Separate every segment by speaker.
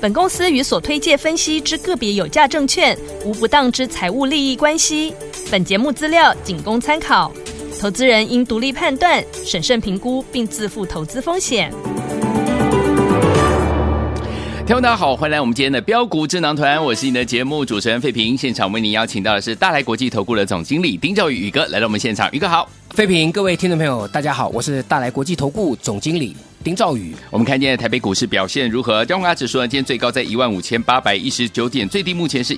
Speaker 1: 本公司与所推介分析之个别有价证券无不当之财务利益关系。本节目资料仅供参考，投资人应独立判断、审慎评估并自负投资风险。
Speaker 2: 听众大家好，欢迎来我们今天的标股智囊团，我是你的节目主持人费平。现场为您邀请到的是大来国际投顾的总经理丁兆宇宇哥来到我们现场，宇哥好。
Speaker 3: 飞平，各位听众朋友，大家好，我是大来国际投顾总经理丁兆宇。
Speaker 2: 我们看今天的台北股市表现如何？加权指数呢，今天最高在15,819点，最低目前是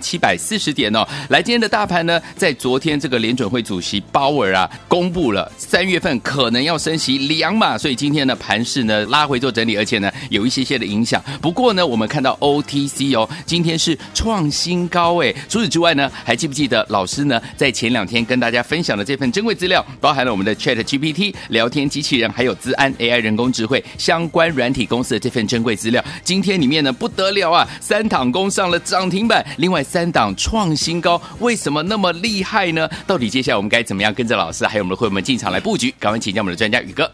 Speaker 2: 15,740点哦。来，今天的大盘呢，在昨天这个联准会主席鲍尔啊，公布了三月份可能要升息两码，所以今天呢，盘势呢拉回做整理，而且呢有一些些的影响。不过呢，我们看到 OTC 哦，今天是创新高哎。除此之外呢，还记不记得老师呢在前两天跟大家分享的这份珍贵资料，包含了我们的 Chat GPT 聊天机器人，还有资安 AI 人工智慧相关软体公司的这份珍贵资料。今天里面呢不得了啊，三档攻上了涨停板，另外三档创新高，为什么那么厉害呢？到底接下来我们该怎么样跟着老师还有我们的会员们进场来布局？赶快请教我们的专家宇哥。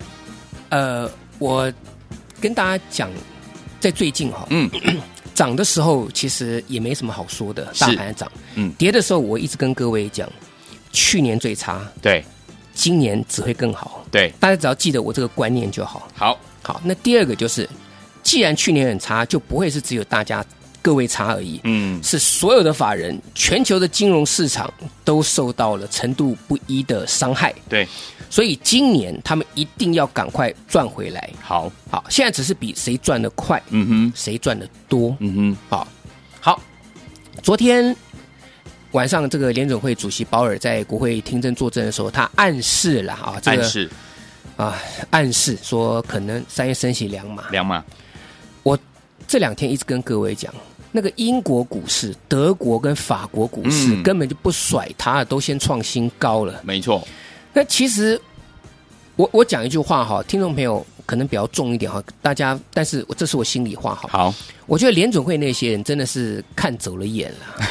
Speaker 3: 呃，我跟大家讲，在最近哈、
Speaker 2: 嗯，
Speaker 3: 涨的时候其实也没什么好说的，
Speaker 2: 是
Speaker 3: 大盘涨，
Speaker 2: 嗯
Speaker 3: 跌的时候我一直跟各位讲，去年最差，
Speaker 2: 对
Speaker 3: 今年只会更好，
Speaker 2: 对，
Speaker 3: 大家只要记得我这个观念就好。
Speaker 2: 好，
Speaker 3: 好，那第二个就是，既然去年很差，就不会是只有大家各位差而已，
Speaker 2: 嗯，
Speaker 3: 是所有的法人、全球的金融市场都受到了程度不一的伤害，
Speaker 2: 对，
Speaker 3: 所以今年他们一定要赶快赚回来。
Speaker 2: 好，
Speaker 3: 好，现在只是比谁赚得快，
Speaker 2: 嗯哼，
Speaker 3: 谁赚得多。
Speaker 2: 嗯哼，
Speaker 3: 好，好，昨天晚上这个联准会主席鲍尔在国会听证作证的时候，他暗示了啊，这
Speaker 2: 暗
Speaker 3: 个
Speaker 2: 示
Speaker 3: 啊暗示说可能三月升息两码。
Speaker 2: 两码，
Speaker 3: 我这两天一直跟各位讲，那个英国股市、德国跟法国股市、
Speaker 2: 嗯
Speaker 3: 根本就不甩它，都先创新高了。
Speaker 2: 没错，
Speaker 3: 那其实我我讲一句话哈，听众朋友可能比较重一点哈，大家，但是我这是我心里话哈。
Speaker 2: 好，
Speaker 3: 我觉得联准会那些人真的是看走了眼了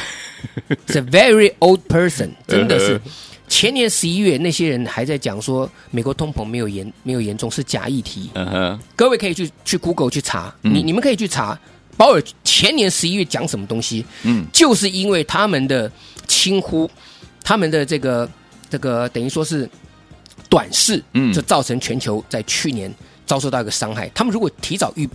Speaker 3: ，It's a very old person，真的是
Speaker 2: 呃。
Speaker 3: 前年十一月，那些人还在讲说美国通膨没有严没有严重是假议题，
Speaker 2: 嗯哼，
Speaker 3: 各位可以去去 Google 去查，
Speaker 2: 嗯
Speaker 3: 你你们可以去查鲍尔前年十一月讲什么东西，
Speaker 2: 嗯，
Speaker 3: 就是因为他们的轻忽，他们的这个这个等于说是短视，
Speaker 2: 嗯
Speaker 3: 就造成全球在去年遭受到一个伤害。他们如果提早预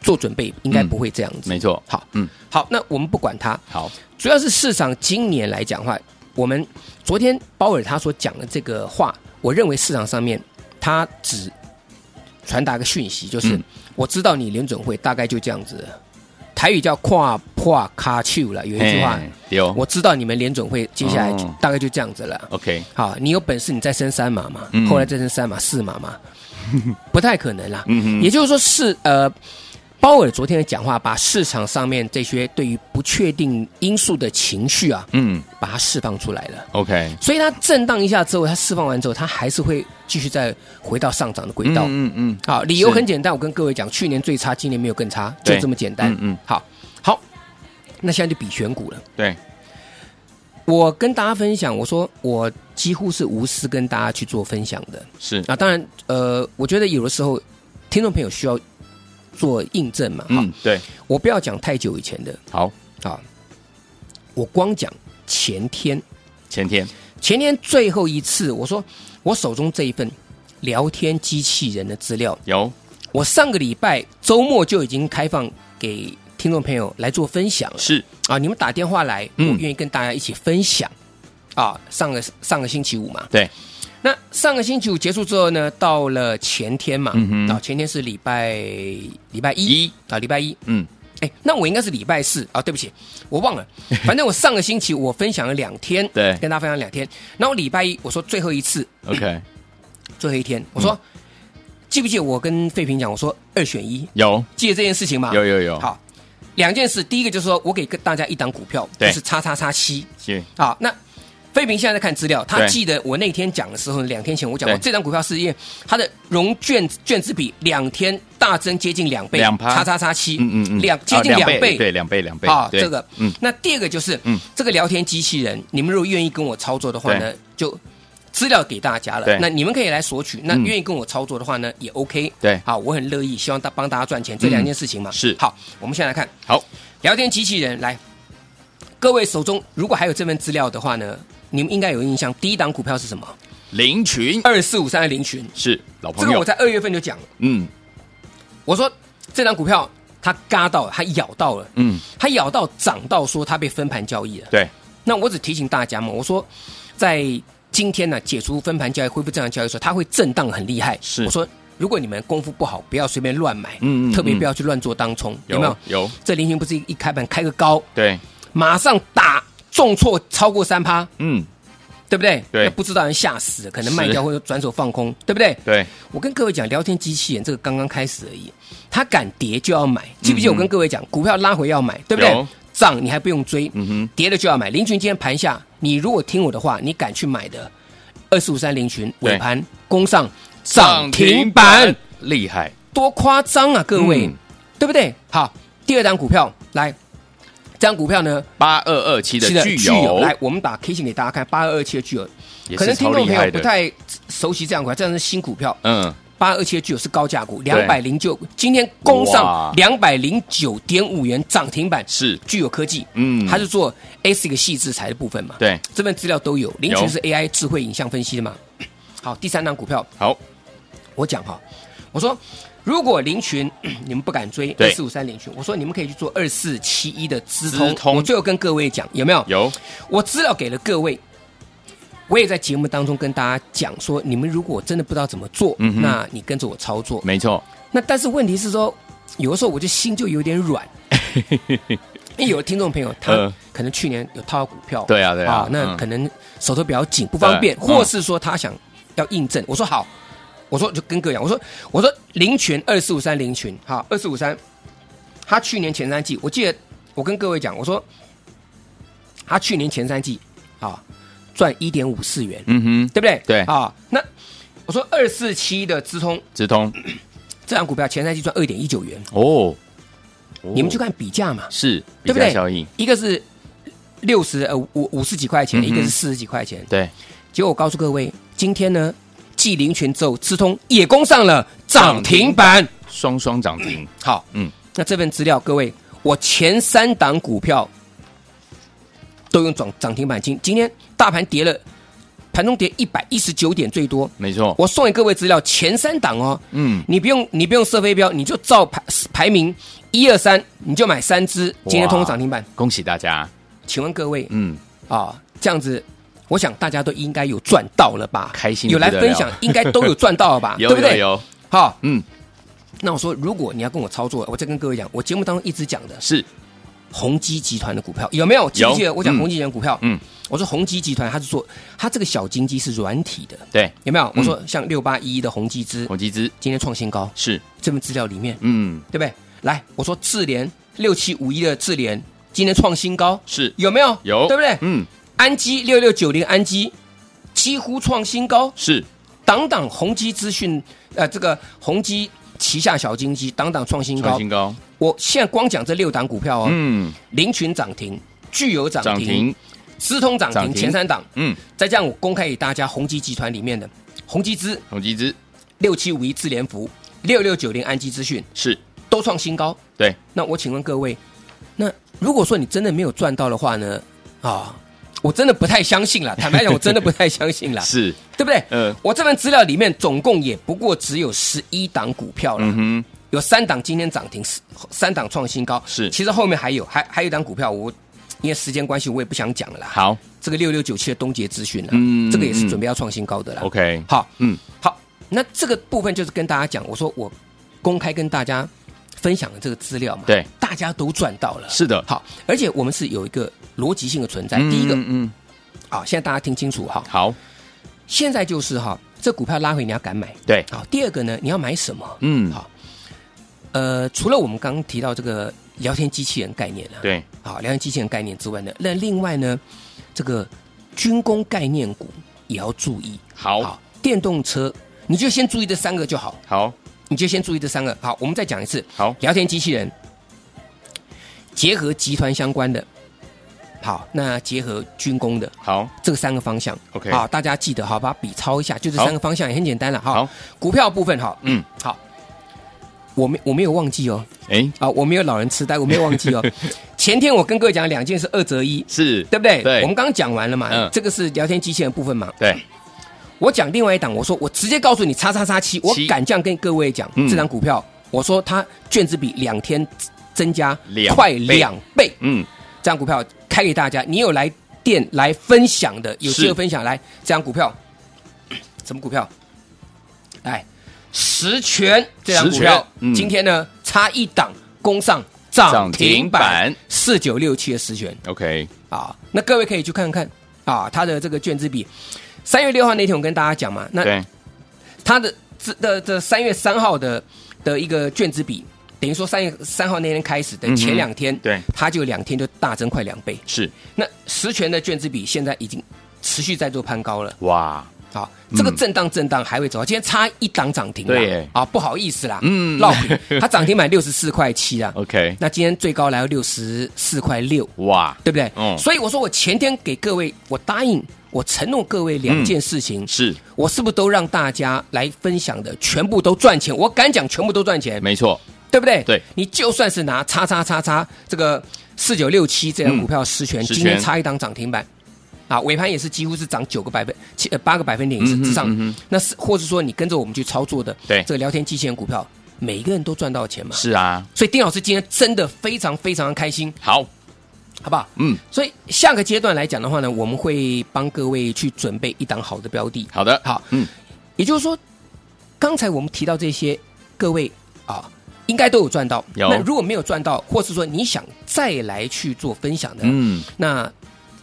Speaker 3: 做准备，应该不会这样子。
Speaker 2: 嗯没错，
Speaker 3: 好，
Speaker 2: 嗯，
Speaker 3: 好，那我们不管它，
Speaker 2: 好，
Speaker 3: 主要是市场今年来讲的话，我们昨天鲍尔他所讲的这个话，我认为市场上面他只传达个讯息，就是、
Speaker 2: 嗯
Speaker 3: 我知道你联准会大概就这样子，台语叫跨跨卡丘了，有一句话，
Speaker 2: 嘿有
Speaker 3: 我知道你们联准会接下来
Speaker 2: 哦
Speaker 3: 大概就这样子了。
Speaker 2: ，OK，
Speaker 3: 好，你有本事你再升三码嘛，
Speaker 2: 嗯
Speaker 3: 后来再升三码、四 码嘛，不太可能啦。
Speaker 2: 嗯哼
Speaker 3: 也就是说是呃，鲍尔昨天的讲话，把市场上面这些对于不确定因素的情绪啊，
Speaker 2: 嗯
Speaker 3: 把它释放出来了。
Speaker 2: ，OK，
Speaker 3: 所以它震荡一下之后，它释放完之后，它还是会继续再回到上涨的轨道。
Speaker 2: 嗯嗯
Speaker 3: 好，理由
Speaker 2: 是
Speaker 3: 很简单，我跟各位讲，去年最差，今年没有更差，就
Speaker 2: 对
Speaker 3: 这么简单
Speaker 2: 嗯。嗯，
Speaker 3: 好，好，那现在就比选股了。
Speaker 2: 对，
Speaker 3: 我跟大家分享，我说我几乎是无私跟大家去做分享的
Speaker 2: 是，
Speaker 3: 啊。当然，呃，我觉得有的时候听众朋友需要做印证嘛。哈、
Speaker 2: 嗯，对，
Speaker 3: 我不要讲太久以前的
Speaker 2: 好，
Speaker 3: 啊，我光讲前天，
Speaker 2: 前天，
Speaker 3: 前天最后一次，我说我手中这一份聊天机器人的资料，
Speaker 2: 有，
Speaker 3: 我上个礼拜周末就已经开放给听众朋友来做分享了。
Speaker 2: 是，
Speaker 3: 啊，你们打电话来，我
Speaker 2: 嗯
Speaker 3: 愿意跟大家一起分享。啊，上个上个星期五嘛，
Speaker 2: 对，
Speaker 3: 那上个星期五结束之后呢，到了前天嘛，
Speaker 2: 嗯哼
Speaker 3: 啊，前天是礼拜礼拜一
Speaker 2: 一，
Speaker 3: 啊，礼拜一，
Speaker 2: 嗯，
Speaker 3: 哎，那我应该是礼拜四啊，对不起，我 忘了，反正我上个星期我分享了两天，
Speaker 2: 对
Speaker 3: 跟大家分享两天，然后礼拜一我说最后一次，
Speaker 2: ，OK，
Speaker 3: 最后一天，我说、
Speaker 2: 嗯
Speaker 3: 记不记得我跟费平讲，我说二选一，
Speaker 2: 有，
Speaker 3: 记得这件事情吗？
Speaker 2: 有有有，
Speaker 3: 啊好，两件事，第一个就是说我给大家一档股票，就
Speaker 2: 对
Speaker 3: 是叉叉叉七
Speaker 2: 是
Speaker 3: 啊。那费平现在在看资料，他
Speaker 2: 对
Speaker 3: 记得我那天讲的时候，两天前我讲过
Speaker 2: 对
Speaker 3: 这档股票是因为它的融券券资比两天大增接近两倍，
Speaker 2: 两趴
Speaker 3: 叉叉叉七，
Speaker 2: 嗯嗯嗯，
Speaker 3: 两
Speaker 2: 啊
Speaker 3: 接近两倍，
Speaker 2: 对，两倍两倍
Speaker 3: 啊，
Speaker 2: 对
Speaker 3: 这个，
Speaker 2: 嗯
Speaker 3: 嗯，，那第二个就是，
Speaker 2: 嗯
Speaker 3: 嗯，这个聊天机器人，你们如果愿意跟我操作的话呢，就资料给大家
Speaker 2: 对
Speaker 3: 了，那你们可以来索取。那
Speaker 2: 嗯
Speaker 3: 愿意跟我操作的话呢，也 OK，
Speaker 2: 对嗯
Speaker 3: 好，我很乐意，希望大帮大家赚钱，这两件事情嘛，
Speaker 2: 是
Speaker 3: 好，我们现在来看
Speaker 2: 好，
Speaker 3: 聊天机器人，来，各位手中如果还有这份资料的话呢，你们应该有印象，第一档股票是什么？
Speaker 2: 林群
Speaker 3: 二四五三的林群，
Speaker 2: 是老
Speaker 3: 这
Speaker 2: 朋
Speaker 3: 个
Speaker 2: 友
Speaker 3: 我，在二月份就讲了，
Speaker 2: 嗯
Speaker 3: 我说这档股票它嘎到了，它咬到了，
Speaker 2: 嗯，
Speaker 3: 它咬到涨到说它被分盘交易了。
Speaker 2: 对，
Speaker 3: 那我只提醒大家嘛，我说在今天呢、解除分盘交易、恢复正常交易的时候，它会震荡很厉害。
Speaker 2: 是
Speaker 3: 我说如果你们功夫不好，不要随便乱买，
Speaker 2: 嗯嗯
Speaker 3: 特别
Speaker 2: 嗯
Speaker 3: 不要去乱做当冲，有
Speaker 2: 有
Speaker 3: 没有？
Speaker 2: 有，
Speaker 3: 这零星不是一一开盘开个高，
Speaker 2: 对，
Speaker 3: 马上打重挫超过三趴，
Speaker 2: 嗯
Speaker 3: 对不对？
Speaker 2: 对
Speaker 3: 那不知道人吓死了，可能卖
Speaker 2: 是
Speaker 3: 掉或者转手放空，对不对？
Speaker 2: 对，
Speaker 3: 我跟各位讲，聊天机器人这个刚刚开始而已，它敢跌就要买，记不记得我跟各位讲，股票拉回要买，对不
Speaker 2: 嗯有
Speaker 3: 对？涨你还不用追，
Speaker 2: 嗯哼，
Speaker 3: 跌了就要买。林群今天盘下，你如果听我的话，你敢去买的，二四五三林群
Speaker 2: 对
Speaker 3: 尾盘攻上涨停板，
Speaker 2: 厉害，
Speaker 3: 多夸张啊，各位，
Speaker 2: 嗯
Speaker 3: 对不对？好，第二档股票来，这张股票呢，
Speaker 2: 八二二七的
Speaker 3: 是的
Speaker 2: 巨
Speaker 3: 巨
Speaker 2: 友，
Speaker 3: 来，我们把 K 线给大家看，八二二七的巨友，
Speaker 2: 也
Speaker 3: 可
Speaker 2: 是
Speaker 3: 能听
Speaker 2: 超
Speaker 3: 众
Speaker 2: 厉
Speaker 3: 朋友
Speaker 2: 害
Speaker 3: 不
Speaker 2: 的，
Speaker 3: 太熟悉这样股票，这样是新股票，
Speaker 2: 嗯，
Speaker 3: 八二七的具有是高价股，
Speaker 2: 对
Speaker 3: 两百零九，今天攻
Speaker 2: 哇
Speaker 3: 上两百零九点五元涨停板，
Speaker 2: 是
Speaker 3: 具有科技，
Speaker 2: 嗯
Speaker 3: 它是做 ASIC 细制材的部分嘛，，
Speaker 2: 对，
Speaker 3: 这份资料都有，林
Speaker 2: 有
Speaker 3: 群是 AI 智慧影像分析 的嘛。好，第三档股票
Speaker 2: 好，
Speaker 3: 我讲哈，我说如果林群 你们不敢追二
Speaker 2: 对
Speaker 3: 四五三林群，我说你们可以去做二四七一的资
Speaker 2: 资
Speaker 3: 通，
Speaker 2: 通
Speaker 3: 我最后跟各位讲有没有？
Speaker 2: 有，
Speaker 3: 我资料给了各位，我也在节目当中跟大家讲说，你们如果真的不知道怎么做，
Speaker 2: 嗯哼
Speaker 3: 那你跟着我操作。
Speaker 2: 没错，
Speaker 3: 那但是问题是说，有的时候我就心就有点 软，因为有的听众朋友他
Speaker 2: 嗯
Speaker 3: 可能去年有套到股票，
Speaker 2: 对啊对啊
Speaker 3: 那
Speaker 2: 嗯
Speaker 3: 可能手头比较紧，不方便，
Speaker 2: 对嗯
Speaker 3: 或是说他想要印证。我说好，我说就跟各位讲，我说我说林群二四五三林群，好二四五三，他去年前三季，我记得我跟各位讲，我说他去年前三季啊赚一点五四元，
Speaker 2: 嗯哼，
Speaker 3: 对不对？
Speaker 2: 对
Speaker 3: 啊，那我说二四七的资通。
Speaker 2: 直通，
Speaker 3: 这档股票前三季赚二点一九元，
Speaker 2: 哦，
Speaker 3: 你们去看比价嘛，
Speaker 2: 是比
Speaker 3: 对不
Speaker 2: 价
Speaker 3: 对？
Speaker 2: 效应，
Speaker 3: 一个是六十呃五五十几块钱，
Speaker 2: 嗯哼
Speaker 3: 一个是四十几块钱。
Speaker 2: 对，
Speaker 3: 结果我告诉各位，今天呢，继林群之后，资通也攻上了涨停板。
Speaker 2: 双双涨停，
Speaker 3: 好，
Speaker 2: 嗯
Speaker 3: 嗯，那这份资料，各位，我前三档股票都用涨涨停板。今今天大盘跌了，盘中跌一百一十九点最多。
Speaker 2: 没错，
Speaker 3: 我送给各位资料，前三档哦，
Speaker 2: 嗯，
Speaker 3: 你不用你不用设飞镖，你就照排排名一二三，你就买三只，今天通通涨停板。
Speaker 2: 恭喜大家，
Speaker 3: 请问各位
Speaker 2: 嗯，
Speaker 3: 啊，这样子，我想大家都应该有赚到了吧？
Speaker 2: 开心得
Speaker 3: 有
Speaker 2: 不得
Speaker 3: 来
Speaker 2: 了？
Speaker 3: 分享，应该都有赚到了吧啊对不
Speaker 2: 有
Speaker 3: 对？
Speaker 2: 有，
Speaker 3: 好，
Speaker 2: 嗯，
Speaker 3: 那我说，如果你要跟我操作，我再跟各位讲，我节目当中一直讲的
Speaker 2: 是
Speaker 3: 宏基集团的股票有没有？记不记得我
Speaker 2: 嗯
Speaker 3: 讲宏基集团股票？
Speaker 2: 嗯，
Speaker 3: 我说宏基集团它是做它这个小金鸡是软体的，
Speaker 2: 对，
Speaker 3: 有没有？我说像六八一一的宏基资
Speaker 2: 红基资
Speaker 3: 今天创新高，
Speaker 2: 是，
Speaker 3: 这份资料里面
Speaker 2: 嗯，
Speaker 3: 对不对？来，我说智联六七五一的智联今天创新高，
Speaker 2: 是
Speaker 3: 有没有？
Speaker 2: 有，
Speaker 3: 对不对？
Speaker 2: 嗯，
Speaker 3: 安基六六九零安基几乎创新高，
Speaker 2: 是
Speaker 3: 档档宏基资讯，呃，这个宏基旗下小金鸡档档创新
Speaker 2: 创
Speaker 3: 高。
Speaker 2: 新高，
Speaker 3: 我现在光讲这六档股票哦，
Speaker 2: 嗯，
Speaker 3: 林群涨停，巨有涨
Speaker 2: 涨
Speaker 3: 停，
Speaker 2: 停，
Speaker 3: 资通涨
Speaker 2: 涨
Speaker 3: 停，
Speaker 2: 停
Speaker 3: 前三档，
Speaker 2: 嗯，
Speaker 3: 再这样我公开给大家宏基集团里面的宏基资
Speaker 2: 红基资
Speaker 3: 六七五一智联福六六九零安基资讯
Speaker 2: 是，
Speaker 3: 都创新高。
Speaker 2: 对，
Speaker 3: 那我请问各位，那如果说你真的没有赚到的话呢？啊、我真的不太相信了。坦白讲，我真的不太相信了，
Speaker 2: 是，
Speaker 3: 对不对？
Speaker 2: 嗯
Speaker 3: 我这份资料里面总共也不过只有十一档股票了，
Speaker 2: 嗯哼，
Speaker 3: 有三档今天涨停，四三档创新高。
Speaker 2: 是
Speaker 3: 其实后面还有还还有一档股票，我因为时间关系，我也不想讲了啦。
Speaker 2: 好
Speaker 3: 这个六六九七的东杰资讯啊，
Speaker 2: 嗯
Speaker 3: 这个也是准备要创新高的啦。
Speaker 2: ，OK，
Speaker 3: 好，
Speaker 2: 嗯，
Speaker 3: 好，那这个部分就是跟大家讲，我说我公开跟大家分享的这个资料嘛，
Speaker 2: 对，
Speaker 3: 大家都赚到了。
Speaker 2: 是的，
Speaker 3: 好，而且我们是有一个逻辑性的存在。
Speaker 2: 嗯
Speaker 3: 第一个，
Speaker 2: 嗯，嗯
Speaker 3: 好，现在大家听清楚哈，
Speaker 2: 好，
Speaker 3: 现在就是哈，这股票拉回你要敢买。啊
Speaker 2: 对，
Speaker 3: 好，第二个呢，你要买什么？
Speaker 2: 嗯，
Speaker 3: 好，呃，除了我们刚刚提到这个聊天机器人概念了、啊。
Speaker 2: 对，
Speaker 3: 好，聊天机器人概念之外呢，那另外呢，这个军工概念股也要注意。啊
Speaker 2: 好，
Speaker 3: 电动车你就先注意这三个就好，
Speaker 2: 好，
Speaker 3: 你就先注意这三个。好，我们再讲一次，
Speaker 2: 好，
Speaker 3: 聊天机器人结合集团相关的，好，那结合军工的
Speaker 2: 好，
Speaker 3: 这三个方向
Speaker 2: OK
Speaker 3: 好，大家记得好，把笔抄一下，就这
Speaker 2: 好
Speaker 3: 三个方向也很简单了哈。
Speaker 2: 好，
Speaker 3: 股票部分好，
Speaker 2: 嗯，
Speaker 3: 好，我没我没有忘记哦，
Speaker 2: 哎，
Speaker 3: 啊，我没有老人痴呆，我没有 忘记哦。前天我跟各位讲两件事，二择一，
Speaker 2: 是，
Speaker 3: 对不对？
Speaker 2: 对
Speaker 3: 我们刚刚讲完了嘛，
Speaker 2: 嗯
Speaker 3: 这个是聊天机器人部分嘛。
Speaker 2: 对，
Speaker 3: 我讲另外一档，我说我直接告诉你，叉叉叉七，我
Speaker 2: 七
Speaker 3: 敢这样跟各位讲，
Speaker 2: 嗯
Speaker 3: 这档股票，我说它卷子比两天增加
Speaker 2: 两
Speaker 3: 快
Speaker 2: 倍
Speaker 3: 两倍，
Speaker 2: 嗯，
Speaker 3: 这档股票开给大家，你有来电来分享的，有
Speaker 2: 是
Speaker 3: 机会分享来这档股票，什么股票？来，十全这档股
Speaker 2: 十
Speaker 3: 票
Speaker 2: 全，嗯
Speaker 3: 今天呢差一档攻上
Speaker 2: 涨
Speaker 3: 涨
Speaker 2: 停
Speaker 3: 停
Speaker 2: 板
Speaker 3: 板四九六七的十全
Speaker 2: OK，
Speaker 3: 啊，那各位可以去看看啊，它的这个卷资比，三月六号那天我跟大家讲嘛，那
Speaker 2: 对，
Speaker 3: 它的呃这的这三月三号的的一个卷资比，等于说三月三号那天开始
Speaker 2: 嗯
Speaker 3: 的
Speaker 2: 哼
Speaker 3: 前两天，
Speaker 2: 对
Speaker 3: 它就两天就大增快两倍。
Speaker 2: 是，
Speaker 3: 那实权的卷资比现在已经持续在做攀高了，
Speaker 2: 哇，
Speaker 3: 好，这个
Speaker 2: 嗯
Speaker 3: 震荡震荡还会走，今天差一档涨停啦
Speaker 2: 对耶
Speaker 3: 啊，不好意思啦，
Speaker 2: 嗯哦
Speaker 3: 落笔，它涨停板六十四块七 啦，
Speaker 2: ，OK，
Speaker 3: 那今天最高来到六十四块六，
Speaker 2: 哇，
Speaker 3: 对不对？
Speaker 2: 嗯
Speaker 3: 所以我说我前天给各位，我答应我承诺各位两件事情，
Speaker 2: 嗯是，
Speaker 3: 我是不是都让大家来分享的全部都赚钱？我敢讲全部都赚钱，
Speaker 2: 没错，
Speaker 3: 对不对？
Speaker 2: 对，
Speaker 3: 你就算是拿叉叉叉叉这个四九六七这张
Speaker 2: 嗯
Speaker 3: 股票实权，
Speaker 2: 实权
Speaker 3: 今天差一档涨停板。啊，尾盘也是几乎是涨九个百分七呃八个百分点
Speaker 2: 嗯哼
Speaker 3: 之上，
Speaker 2: 嗯
Speaker 3: 那是或是说你跟着我们去操作的，
Speaker 2: 对
Speaker 3: 这个聊天机器人股票，每一个人都赚到钱嘛。
Speaker 2: 是啊，
Speaker 3: 所以丁老师今天真的非常非常的开心，
Speaker 2: 好，
Speaker 3: 好不好？
Speaker 2: 嗯，
Speaker 3: 所以下个阶段来讲的话呢，我们会帮各位去准备一档好的标的。
Speaker 2: 好的，
Speaker 3: 好，
Speaker 2: 嗯，
Speaker 3: 也就是说，刚才我们提到这些，各位啊，应该都有赚到。
Speaker 2: 有
Speaker 3: 那如果没有赚到，或是说你想再来去做分享的，
Speaker 2: 嗯，
Speaker 3: 那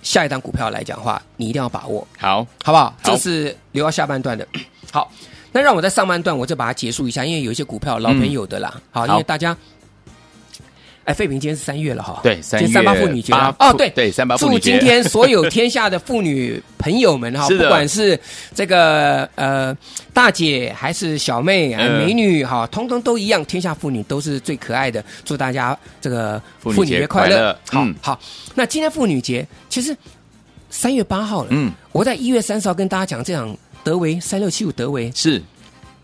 Speaker 3: 下一档股票来讲的话，你一定要把握，
Speaker 2: 好，
Speaker 3: 好不好？
Speaker 2: 好
Speaker 3: 这是留到下半段的。 好，那让我在上半段我就把它结束一下，因为有一些股票老朋友的啦。好，因
Speaker 2: 嗯好
Speaker 3: 为大家。哎，费平今天是三月了哈，
Speaker 2: 对，三
Speaker 3: 今
Speaker 2: 月
Speaker 3: 天三八妇女节啊
Speaker 2: 八
Speaker 3: 哦，对
Speaker 2: 对，三八妇
Speaker 3: 祝
Speaker 2: 女节，
Speaker 3: 今天所有天下的妇女朋友们哈，
Speaker 2: 是
Speaker 3: 不
Speaker 2: 的
Speaker 3: 管是这个呃大姐还是小妹、啊
Speaker 2: 嗯
Speaker 3: 美女哈，通通都一样，天下妇女都是最可爱的。祝大家这个
Speaker 2: 妇女节快乐
Speaker 3: 好、
Speaker 2: 嗯
Speaker 3: 好，那今天妇女节其实三月八号了，
Speaker 2: 嗯，
Speaker 3: 我在一月三十号跟大家讲这场德维三六七五德维，
Speaker 2: 是，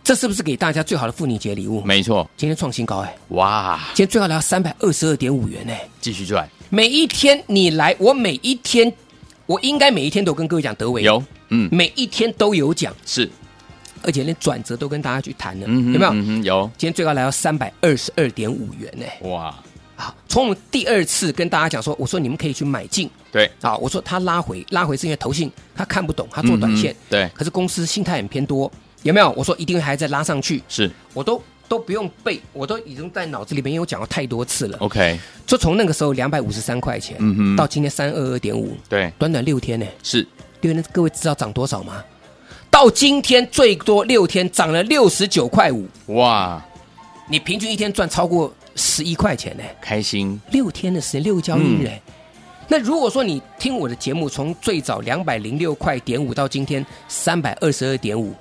Speaker 3: 这是不是给大家最好的妇女节礼物？
Speaker 2: 没错，
Speaker 3: 今天创新高哎、
Speaker 2: 哇，
Speaker 3: 今天最高来到三百二十二点五元哎、
Speaker 2: 继续赚，
Speaker 3: 每一天你来，我每一天，我应该每一天都跟各位讲德伟，
Speaker 2: 有，嗯，
Speaker 3: 每一天都有讲，
Speaker 2: 是，
Speaker 3: 而且连转折都跟大家去谈了，
Speaker 2: 嗯哼，
Speaker 3: 有没有？
Speaker 2: 嗯哼，有，
Speaker 3: 今天最高来到三百二十二点五元呢、
Speaker 2: 哇，
Speaker 3: 好，从我们第二次跟大家讲说，我说你们可以去买进
Speaker 2: 对，
Speaker 3: 啊，我说他拉回，拉回是因为投信他看不懂，他做短线，
Speaker 2: 嗯哼对，
Speaker 3: 可是公司心态很偏多，有没有？我说一定还在拉上去，
Speaker 2: 是
Speaker 3: 我都都不用背，我都已经在脑子里面，因为我讲过太多次了。
Speaker 2: ，OK，
Speaker 3: 就从那个时候两百五十三块钱，
Speaker 2: 哦嗯哼
Speaker 3: 到今天三二二点五，
Speaker 2: 对，
Speaker 3: 短短六天呢、
Speaker 2: 是，
Speaker 3: 六天各位知道涨多少吗？到今天最多六天涨了六十九块五，
Speaker 2: 哇，
Speaker 3: 你平均一天赚超过十一块钱呢、
Speaker 2: 开心，
Speaker 3: 六天的时间，六个交易日、
Speaker 2: 嗯
Speaker 3: 哎那如果说你听我的节目，从最早两百零六块点五到今天三百二十二点五，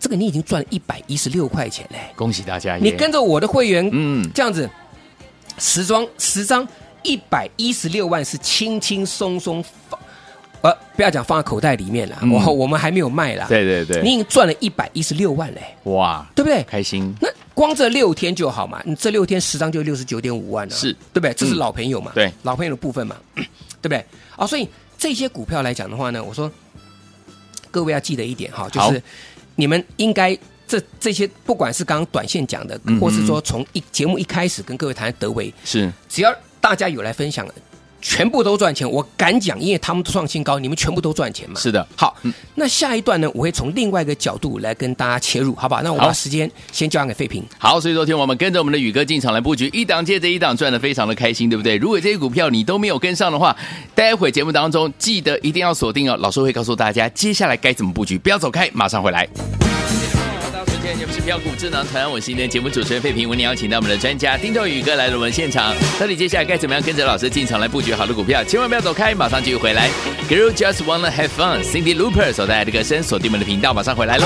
Speaker 3: 这个你已经赚一百一十六块钱嘞、
Speaker 2: 恭喜大家耶，
Speaker 3: 你跟着我的会员，
Speaker 2: 哎嗯
Speaker 3: 这样子十张十张一百一十六万是轻轻松松放，呃，不要讲放在口袋里面了，
Speaker 2: 嗯
Speaker 3: 我、我们还没有卖啦。
Speaker 2: 对对对，
Speaker 3: 你已经赚了一百一十六万嘞、
Speaker 2: 哇，
Speaker 3: 对不对？
Speaker 2: 开心，
Speaker 3: 那光这六天就好嘛，你这六天十张就六十九点五万了、
Speaker 2: 是
Speaker 3: 对不对？这是
Speaker 2: 嗯
Speaker 3: 老朋友嘛，
Speaker 2: 对
Speaker 3: 老朋友的部分嘛， 对不对？啊，所以这些股票来讲的话呢，我说各位要记得一点哈，就
Speaker 2: 好
Speaker 3: 是你们应该这这些不管是刚刚短线讲的，
Speaker 2: 嗯哼
Speaker 3: 或是说从一节目一开始跟各位谈德维，
Speaker 2: 是，
Speaker 3: 只要大家有来分享，全部都赚钱，我敢讲，因为他们创新高，你们全部都赚钱嘛。
Speaker 2: 是的，
Speaker 3: 好，那下一段呢，我会从另外一个角度来跟大家切入，好不好？那我
Speaker 2: 好
Speaker 3: 把时间先交给费平。
Speaker 2: 好，所以昨天我们跟着我们的宇哥进场来布局，一档接着一档，赚的非常的开心，对不对？如果这些股票你都没有跟上的话，待会节目当中记得一定要锁定哦，老师会告诉大家接下来该怎么布局，不要走开，马上回来。好，时间现节目是标股智囊团，我是今天节目主持人费平。我们邀请到我们的专家丁兆宇哥来到我们现场，到底接下来该怎么样跟着老师进场来布局好的股票？千万不要走开，马上继续回来。Girl just wanna have fun, Cindy Looper 所带来的歌声，锁定我们的频道，马上回来喽。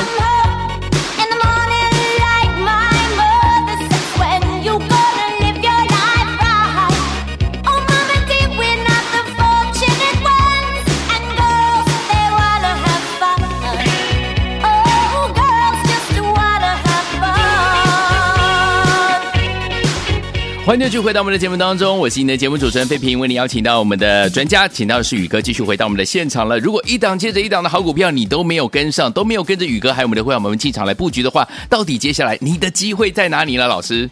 Speaker 4: In the morning, like my mother said, when you gonna live your life right? Oh, mama, dear, we're not the fortunate ones, and girls they wanna have fun. Oh, girls just wanna have fun.
Speaker 2: 欢迎继续回到我们的节目当中，我是你的节目主持人费平，为你邀请到我们的专家，请到的是宇哥，继续回到我们的现场了。如果一档接着一档的好股票你都没有跟上，都没有跟着宇哥还有我们的会员们进场来布局的话，到底接下来你的机会在哪里了，老师？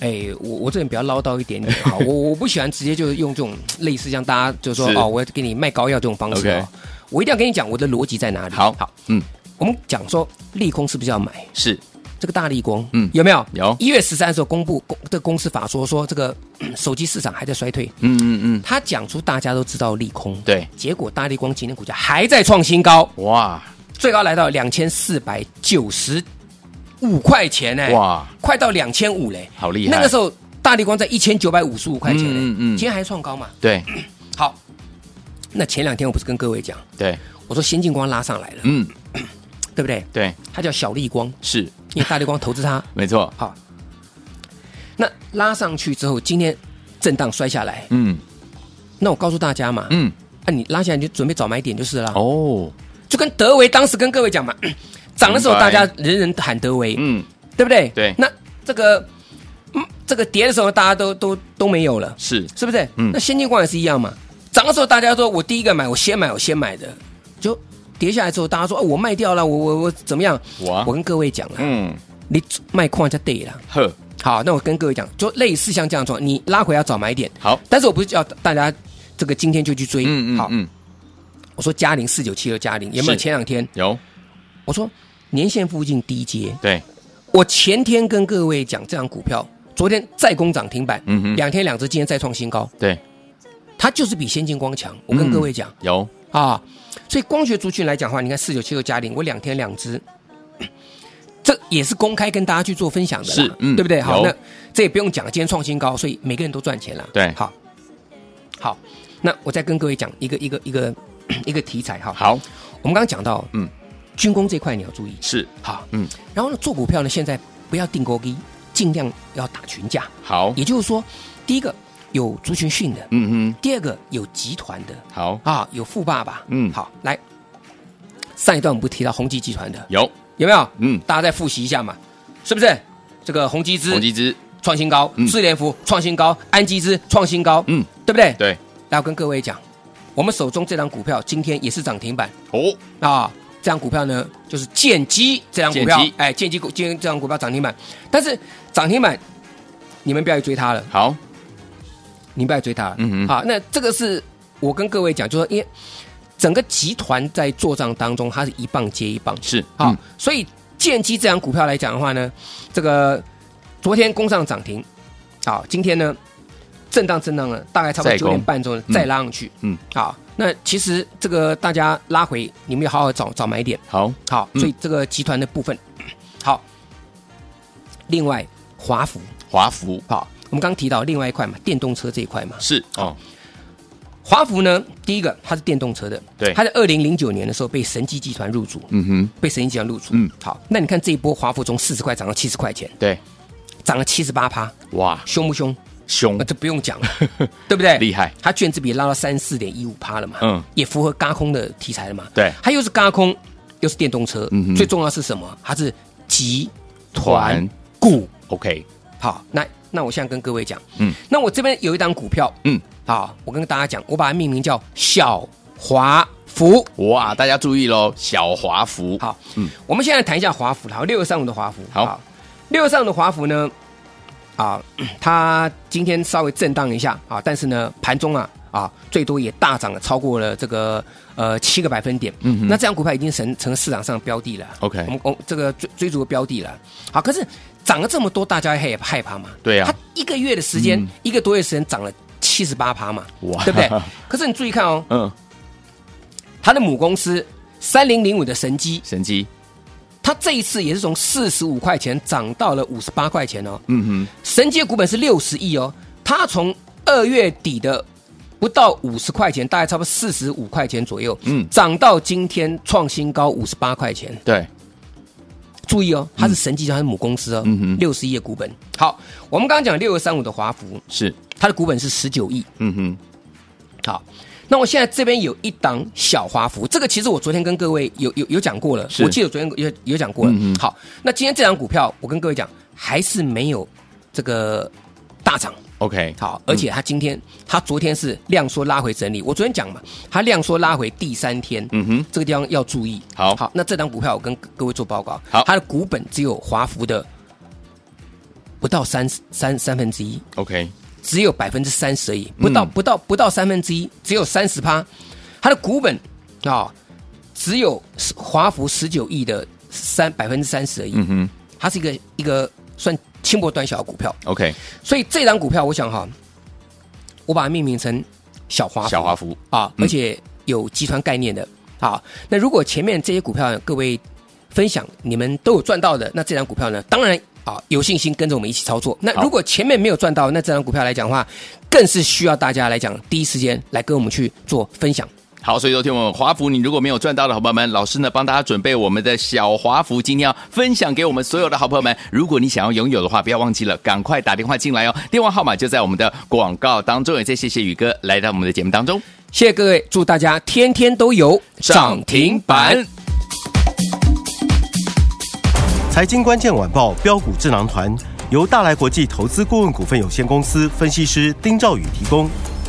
Speaker 3: 哎，我我这人比较唠叨一点点 哈，我我不喜欢直接就是用这种类似像大家就说
Speaker 2: 是
Speaker 3: 哦，我要给你卖膏药这种方式
Speaker 2: OK
Speaker 3: 哦，我一定要跟你讲我的逻辑在哪里。
Speaker 2: 好，
Speaker 3: 好，，
Speaker 2: 嗯，
Speaker 3: 我们讲说利空是不是要买
Speaker 2: 是
Speaker 3: 这个大利光？
Speaker 2: 嗯
Speaker 3: 有没有？
Speaker 2: 有
Speaker 3: 一月十三的时候公布公这个公司法说说这个 咳手机市场还在衰退，
Speaker 2: 嗯嗯嗯，
Speaker 3: 他讲出大家都知道利空，，
Speaker 2: 对，
Speaker 3: 结果大利光今天股价还在创新高，
Speaker 2: 嗯哇
Speaker 3: 最高来到两千四百九十五块钱呢、
Speaker 2: 哇，
Speaker 3: 快到两千五嘞，
Speaker 2: 好厉害
Speaker 3: 那个时候大力光在一千九百五十五块钱嘞，
Speaker 2: 嗯嗯嗯
Speaker 3: 今天还创高嘛。
Speaker 2: 对
Speaker 3: 好，那前两天我不是跟各位讲，
Speaker 2: 对，
Speaker 3: 我说先进光拉上来了，
Speaker 2: 嗯
Speaker 3: 对不对？
Speaker 2: 对，
Speaker 3: 它叫小力光，
Speaker 2: 是
Speaker 3: 因为大力光投 资它。
Speaker 2: 没错，
Speaker 3: 好，那拉上去之后，今天震荡摔下来，
Speaker 2: 嗯
Speaker 3: 那我告诉大家嘛，
Speaker 2: 嗯，
Speaker 3: 那、你拉下来你就准备找买点就是了。
Speaker 2: 哦，
Speaker 3: 就跟德维当时跟各位讲嘛，涨的时候
Speaker 2: 明
Speaker 3: 大
Speaker 2: 白
Speaker 3: 家人人喊德维，
Speaker 2: 嗯
Speaker 3: 对不对？
Speaker 2: 对
Speaker 3: 那这个，嗯，这个跌的时候大家都都都没有了，
Speaker 2: 是
Speaker 3: 是不是？
Speaker 2: 嗯
Speaker 3: 那先进光也是一样嘛，涨的时候大家说我第一个买，我先买，我先买的，就跌下来之后大家说啊，我卖掉了，我我我怎么样？
Speaker 2: 哇
Speaker 3: 我跟各位讲了，
Speaker 2: 啊嗯
Speaker 3: 你卖矿就对了。
Speaker 2: 呵，
Speaker 3: 好，那我跟各位讲，就类似像这样的状况，你拉回要找买点，
Speaker 2: 好，
Speaker 3: 但是我不是叫大家这个今天就去追。
Speaker 2: 嗯嗯
Speaker 3: 好，
Speaker 2: 嗯，
Speaker 3: 我说嘉陵四九七二嘉陵有没有
Speaker 2: 是
Speaker 3: 前两天？
Speaker 2: 有
Speaker 3: 我说年线附近低阶，
Speaker 2: 对，
Speaker 3: 我前天跟各位讲，这张股票昨天再攻涨停板，
Speaker 2: 嗯哼
Speaker 3: 两天两只，今天再创新高，
Speaker 2: 对，
Speaker 3: 它就是比先进光强。我跟
Speaker 2: 嗯
Speaker 3: 各位讲、
Speaker 2: 有
Speaker 3: 啊，
Speaker 2: 嗯
Speaker 3: 所以光学族群来讲的话，你看四九七六嘉陵，我两天两只，这也是公开跟大家去做分享的啦，
Speaker 2: 是嗯
Speaker 3: 对不对？好，
Speaker 2: 有
Speaker 3: 那这也不用讲，今天创新高，所以每个人都赚钱了。
Speaker 2: 对
Speaker 3: 好，好，那我再跟各位讲一个一个一个一个题材哈。，
Speaker 2: 好
Speaker 3: 我们刚刚讲到，
Speaker 2: 嗯
Speaker 3: 嗯，军工这块你要注意，
Speaker 2: 是
Speaker 3: 好，
Speaker 2: 嗯
Speaker 3: 嗯，然后呢，做股票呢，现在不要定高低，尽量要打群架。
Speaker 2: 好，
Speaker 3: 也就是说，第一个有族群性的，
Speaker 2: 嗯
Speaker 3: 第二个有集团的，
Speaker 2: 哼，好
Speaker 3: 啊，有富爸爸，
Speaker 2: 嗯
Speaker 3: 嗯，好，来，上一段我们不提到宏基集团的，
Speaker 2: 有，
Speaker 3: 有没有？
Speaker 2: 嗯，
Speaker 3: 大家再复习一下嘛，是不是？这个宏基资
Speaker 2: 红基资，
Speaker 3: 创新高
Speaker 2: 嗯，
Speaker 3: 智联福创新高，安基资创新高，
Speaker 2: 嗯，
Speaker 3: 对不对？
Speaker 2: 对，
Speaker 3: 来，我跟各位讲，我们手中这张股票今天也是涨停板。
Speaker 2: 哦，
Speaker 3: 啊，这张股票呢就是建机这张股票
Speaker 2: 建机，
Speaker 3: 哎，建机股今天这张股票涨停板，但是涨停板你们不要去追它了，
Speaker 2: 好，
Speaker 3: 你们不要去追它了。
Speaker 2: 嗯哼
Speaker 3: 好，那这个是我跟各位讲，就说因为整个集团在做账当中，它是一棒接一棒。
Speaker 2: 是
Speaker 3: 好，
Speaker 2: 嗯
Speaker 3: 所以建机这张股票来讲的话呢，这个昨天攻上涨停，好，今天呢震荡震荡了，大概差不多
Speaker 2: 再
Speaker 3: 九
Speaker 2: 攻
Speaker 3: 点半钟
Speaker 2: 嗯
Speaker 3: 再拉上去。
Speaker 2: 嗯，
Speaker 3: 好，那其实这个大家拉回，你们要好好找找买点。
Speaker 2: 好，
Speaker 3: 好，
Speaker 2: 嗯
Speaker 3: 所以这个集团的部分，好。另外，华孚，
Speaker 2: 华孚
Speaker 3: 好，我们刚刚提到另外一块嘛，电动车这一块嘛，
Speaker 2: 是哦，
Speaker 3: 华孚呢，第一个它是电动车的，
Speaker 2: 对
Speaker 3: 它在二零零九年的时候被神机集团入主，
Speaker 2: 嗯哼，
Speaker 3: 被神机集团入主，
Speaker 2: 嗯，
Speaker 3: 好，那你看这一波华孚从四十块涨到七十块钱，
Speaker 2: 对，
Speaker 3: 涨了七十八趴，
Speaker 2: 哇，
Speaker 3: 凶不凶？
Speaker 2: 凶
Speaker 3: 呃那，这不用讲了，对不对？
Speaker 2: 厉害，
Speaker 3: 它卷子比拉到三四点一五趴了嘛，
Speaker 2: 嗯，
Speaker 3: 也符合嘎空的题材了嘛，
Speaker 2: 对
Speaker 3: 它又是嘎空，又是电动车，
Speaker 2: 嗯哼
Speaker 3: 最重要是什么？它是集
Speaker 2: 团
Speaker 3: 团股。
Speaker 2: ，OK，
Speaker 3: 好，那那我现在跟各位讲，
Speaker 2: 嗯
Speaker 3: 嗯，那我这边有一档股票，
Speaker 2: 嗯，
Speaker 3: 好，我跟大家讲，我把它命名叫小华孚。
Speaker 2: 哇，大家注意喽，小华孚，
Speaker 3: 好，
Speaker 2: 嗯
Speaker 3: 嗯，我们现在谈一下华孚，好，六二三五的华孚，
Speaker 2: 好，
Speaker 3: 六二三五的华孚呢，啊， 它今天稍微震荡一下啊，但是呢，盘中啊啊，最多也大涨了超过了这个呃七个百分点，
Speaker 2: 嗯哼
Speaker 3: 嗯，那这样股票已经成成市场上标的了
Speaker 2: OK
Speaker 3: 我们我这个追追逐的标的了，好，可是涨了这么多，大家害害怕嘛？
Speaker 2: 对啊
Speaker 3: 它一个月的时间，
Speaker 2: 嗯
Speaker 3: 一个多月时间涨了七十八趴嘛，
Speaker 2: 哇
Speaker 3: 对不对？可是你注意看哦，
Speaker 2: 嗯，
Speaker 3: 它的母公司三零零五的神机。
Speaker 2: 神机，
Speaker 3: 它它这一次也是从四十五块钱涨到了五十八块钱哦。
Speaker 2: 嗯哼，
Speaker 3: 神界股本是六十亿哦，它从二月底的不到五十块钱，大概差不多四十五块钱左右，
Speaker 2: 嗯
Speaker 3: 涨到今天创新高五十八块钱。
Speaker 2: 对，
Speaker 3: 注意哦，它是神迹，它是母公司哦
Speaker 2: 嗯哼，
Speaker 3: 六十亿的股本。好，我们刚刚讲六二三五的华孚，
Speaker 2: 是，
Speaker 3: 它的股本是十九亿。
Speaker 2: 嗯哼，
Speaker 3: 好，那我现在这边有一档小华孚，这个其实我昨天跟各位有有有讲过了，
Speaker 2: 是
Speaker 3: 我记得昨天有有讲过了
Speaker 2: 嗯嗯。
Speaker 3: 好，那今天这档股票，我跟各位讲，还是没有这个大涨。
Speaker 2: OK，
Speaker 3: 好，而且它今天，它昨天是量缩拉回整理。我昨天讲嘛，它量缩拉回第三天，
Speaker 2: 嗯哼，
Speaker 3: 这个地方要注意。
Speaker 2: 好
Speaker 3: 好，那这档股票我跟各位做报告，
Speaker 2: 好
Speaker 3: 它的股本只有华孚的不到三三三分之一，
Speaker 2: ，OK，
Speaker 3: 只有百分之三十而已，不到、
Speaker 2: 嗯
Speaker 3: 不到不到三分之一，只有三十趴，它的股本啊、只有华孚十九亿的三百分之三十而已，
Speaker 2: 嗯哼
Speaker 3: 它是一个一个算轻薄短小的股票。
Speaker 2: ，OK，
Speaker 3: 所以这档股票，我想哈，我把它命名成小华
Speaker 2: 小华孚
Speaker 3: 啊，
Speaker 2: 嗯
Speaker 3: 而且有集团概念的。好，那如果前面这些股票各位分享你们都有赚到的，那这档股票呢，当然啊有信心跟着我们一起操作。那
Speaker 2: 好
Speaker 3: 如果前面没有赚到，那这档股票来讲的话，更是需要大家来讲第一时间来跟我们去做分享。
Speaker 2: 好，所以昨天我们华孚，你如果没有赚到的好朋友们，老师呢帮大家准备我们的小华孚，今天要分享给我们所有的好朋友们。如果你想要拥有的话，不要忘记了，赶快打电话进来哦，电话号码就在我们的广告当中。也再谢谢宇哥来到我们的节目当中，
Speaker 3: 谢谢各位，祝大家天天都有涨停板。
Speaker 5: 财经关键晚报标股智囊团由大来国际投资顾问股份有限公司分析师丁兆宇提供。